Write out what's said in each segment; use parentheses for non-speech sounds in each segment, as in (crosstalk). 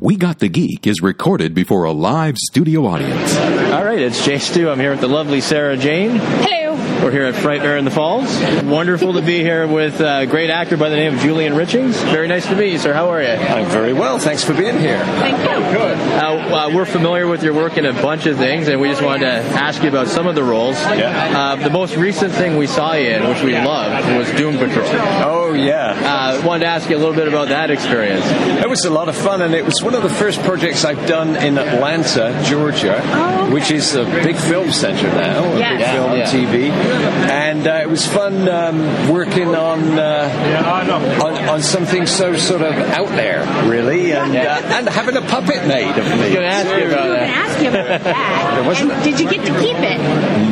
We Got the Geek is recorded before a live studio audience. All right, it's Jay Stu. I'm here with the lovely Sarah Jane. Hello. We're here at Frightmare in the Falls. Wonderful to be here with a great actor by the name of Julian Richings. Very nice to meet you, sir. How are you? I'm very well. Thanks for being here. Thank you. Good. Uh, uh, we're familiar with your work in a bunch of things, and we just wanted to ask you about some of the roles. Yeah. Uh, the most recent thing we saw you in, which we loved, was Doom Patrol. Oh, yeah. Uh, wanted to ask you a little bit about that experience. It was a lot of fun, and it was one of the first projects I've done in Atlanta, Georgia, Oh, okay. which is a big film center now, a Yeah. big Yeah, film yeah. TV. And uh, it was fun um, working on, uh, on on something so sort of out there, really, and, Yeah. uh, and having a puppet made of I was going to me. ask you about I was going that. to ask you about (laughs) that. There wasn't And did you get to keep it?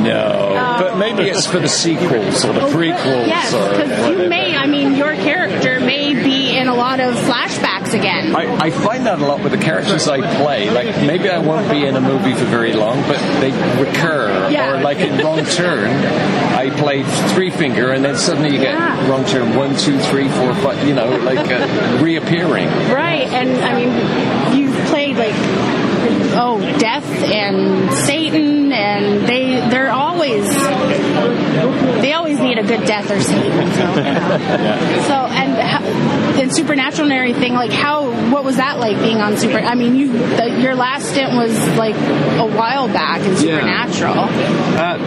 No, but maybe Oh. it's for the sequels or the prequels. Oh, Yes, or because you may, I mean, your character may be in a lot of flashbacks again. I, I find that a lot with the characters I play. Like maybe I won't be in a movie for very long, but they recur. Yeah. Or like in Wrong Turn, I played Three Finger, and then suddenly you get Yeah. Wrong Turn one, two, three, four, five. You know, like uh, reappearing. Right, and I mean, you've played like, oh, death and Satan, and they, they're always, they always need a good death or Satan. So, you know. so and how, and Supernatural and everything, like, how, what was that like being on Super? I mean, you, the, your last stint was like a while back in Supernatural. Uh,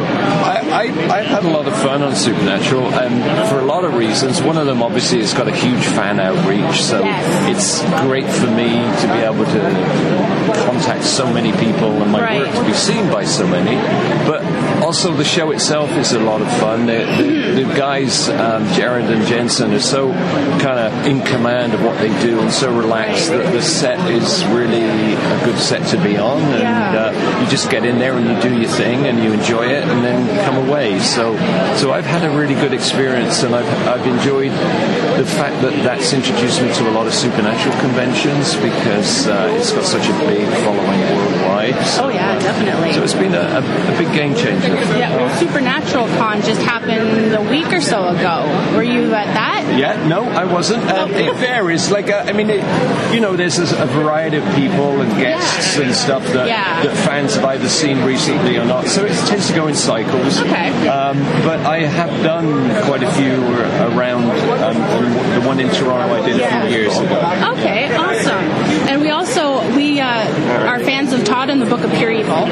I, I, I had a lot of fun on Supernatural, and for a lot of reasons. One of them, obviously, it's got a huge fan outreach, so Yes. it's great for me to be able to contact so many people and my Right. work to be seen by so many. But also, the show itself is a lot of fun. The, (laughs) the, the guys, um, Jared and Jensen, are so kind of in command of what they do and so relaxed that the set is really a good set to be on. And, Yeah. uh, you just get in there and you do your thing and you enjoy it and then come away. So, so I've had a really good experience and I've, I've enjoyed the fact that that's introduced me to a lot of supernatural conventions because uh, it's got such a big following worldwide. So, Oh, yeah, definitely. so it's been a, a, a big game changer. Yeah, well, Supernatural Con just happened a week or so ago. Were you at that? Yeah, no, I wasn't. Um, it varies. Like, uh, I mean, it, you know, there's this, a variety of people and guests and stuff that, Yeah. that fans have either seen recently or not. So it tends to go in cycles. Okay. Um, but I have done quite a few around um, and the one in Toronto I did a Yeah. few years ago. Okay, awesome. And we also we uh, are fans of Todd and the Book of Pure Evil.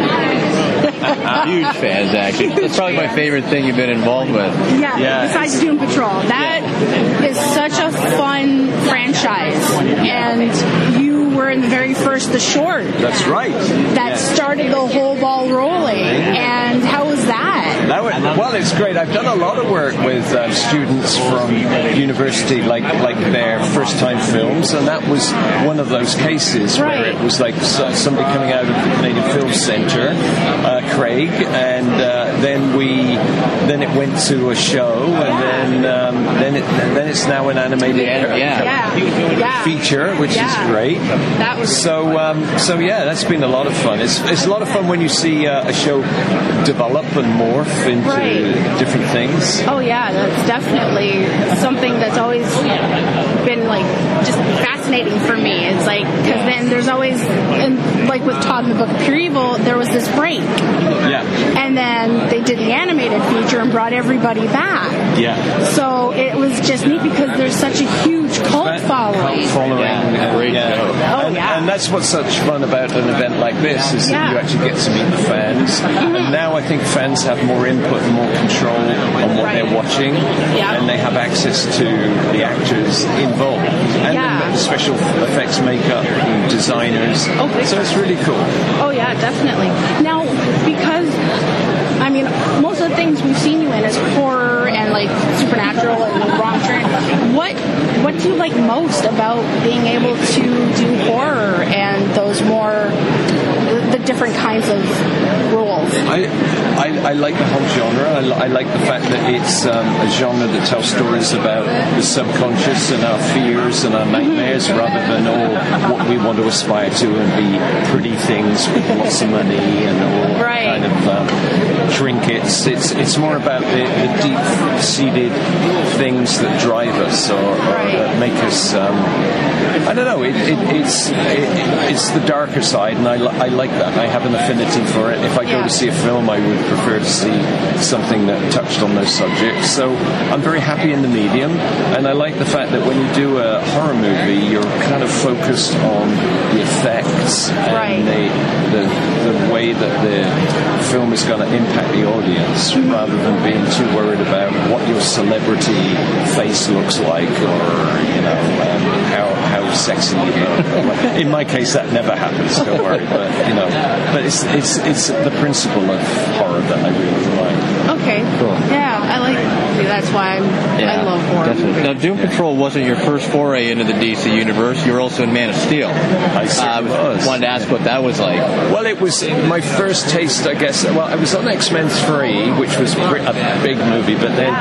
Huge fans, actually. That's probably my favorite thing you've been involved with. Yeah, Yeah. besides Doom Patrol. that is such a fun franchise. And you were in the very first The Short That's right. that Yeah. started the whole ball rolling. And how was that? That would, well, it's great. I've done a lot of work with uh, students from university, like like their first time films, and that was one of those cases where Right. it was like so- somebody coming out of the Canadian Film Centre, uh, Craig, and uh, then we then it went to a show, and then um, then it then it's now an animated yeah. Yeah. yeah. feature, which Yeah. is great. That was So, um, so yeah, that's been a lot of fun. It's, it's a lot of fun when you see uh, a show develop and morph into Right. different things. Oh yeah, that's definitely something that's always been like just fascinating for me. It's like because then there's always and like with Todd and the Book of Pure Evil, there was this break, Yeah, and then they did the animated feature and brought everybody back. yeah. So it was just neat because there's such a huge cult But- following. Following, Yeah, uh, great show. Oh, and, yeah. and that's what's such fun about an event like this is that Yeah. Mm-hmm. you actually get to meet the fans. And now I think fans have more input and more control on what Right. they're watching, Yeah. and they have access to the actors involved and Yeah. the special effects makeup and designers. Oh, big so it's really cool. Oh yeah, definitely. Now, because I mean, most of the things we've seen you in is horror and like supernatural and wrong turn. What what do you like most about being able to do horror and those more the, the different kinds of rules. I, I, I like the whole genre. I, li- I like the fact that it's um, a genre that tells stories about the subconscious and our fears and our nightmares Mm-hmm. rather than all what we want to aspire to and be pretty things with lots of money and all Right. kind of um, trinkets. It's, it's more about the, the deep seated things that drive us or, or Right. that make us. Um, I don't know. It, it, it's it, it's the darker side, and I, li- I like that. I have an affinity for it. If I go Yeah. to see a film, I would prefer to see something that touched on those subjects. So I'm very happy in the medium, and I like the fact that when you do a horror movie, you're kind of focused on the effects and Right. the, the, the way that the film is going to impact the audience rather than being too worried about what your celebrity face looks like or, you know, um, how, how sexy you look. In my case, that never happens, don't worry. But, you know, but it's, it's, it's the principle of horror that I really like. Okay. Cool. Yeah, I like. That's why I'm, Yeah, I love horror movies. Now, Doom Patrol wasn't your first foray into the DC universe. You were also in Man of Steel. Uh, I certainly was. Wanted to ask what that was like. Well, it was my first taste, I guess. Well, I was on X Men 3, which was br- a big movie, but then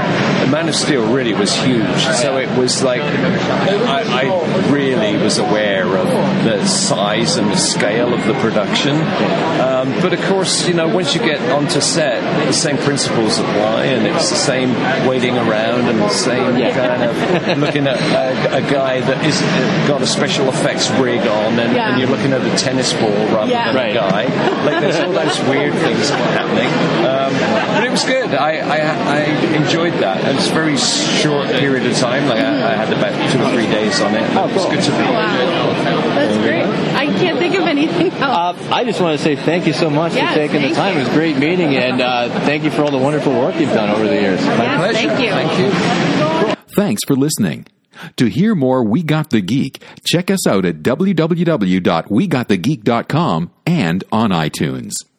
Man of Steel really was huge. So it was like, I, I really was aware of the size and the scale of the production. Um, but of course, you know, once you get onto set, the same principles apply, and it's the same waiting around and the same kind of looking at a, a guy that is got a special effects rig on, and, Yeah. and you're looking at a tennis ball rather Yeah. than Right. a guy. Like there's all those weird things happening. Um, but it was good. I, I, I enjoyed that. It was a very short period of time. Like I, I had about two or three days on it. It was good to be. Wow. That's great. I can't think of anything (laughs) else. Uh, I just want to say thank you so much Yes, for taking the time. thank you. It was great meeting, you, and uh, thank you for all the wonderful work you've done over the years. yeah, Pleasure. Thank you. Thank you. Thanks for listening. To hear more We Got the Geek, check us out at www.wegotthegeek.com and on iTunes.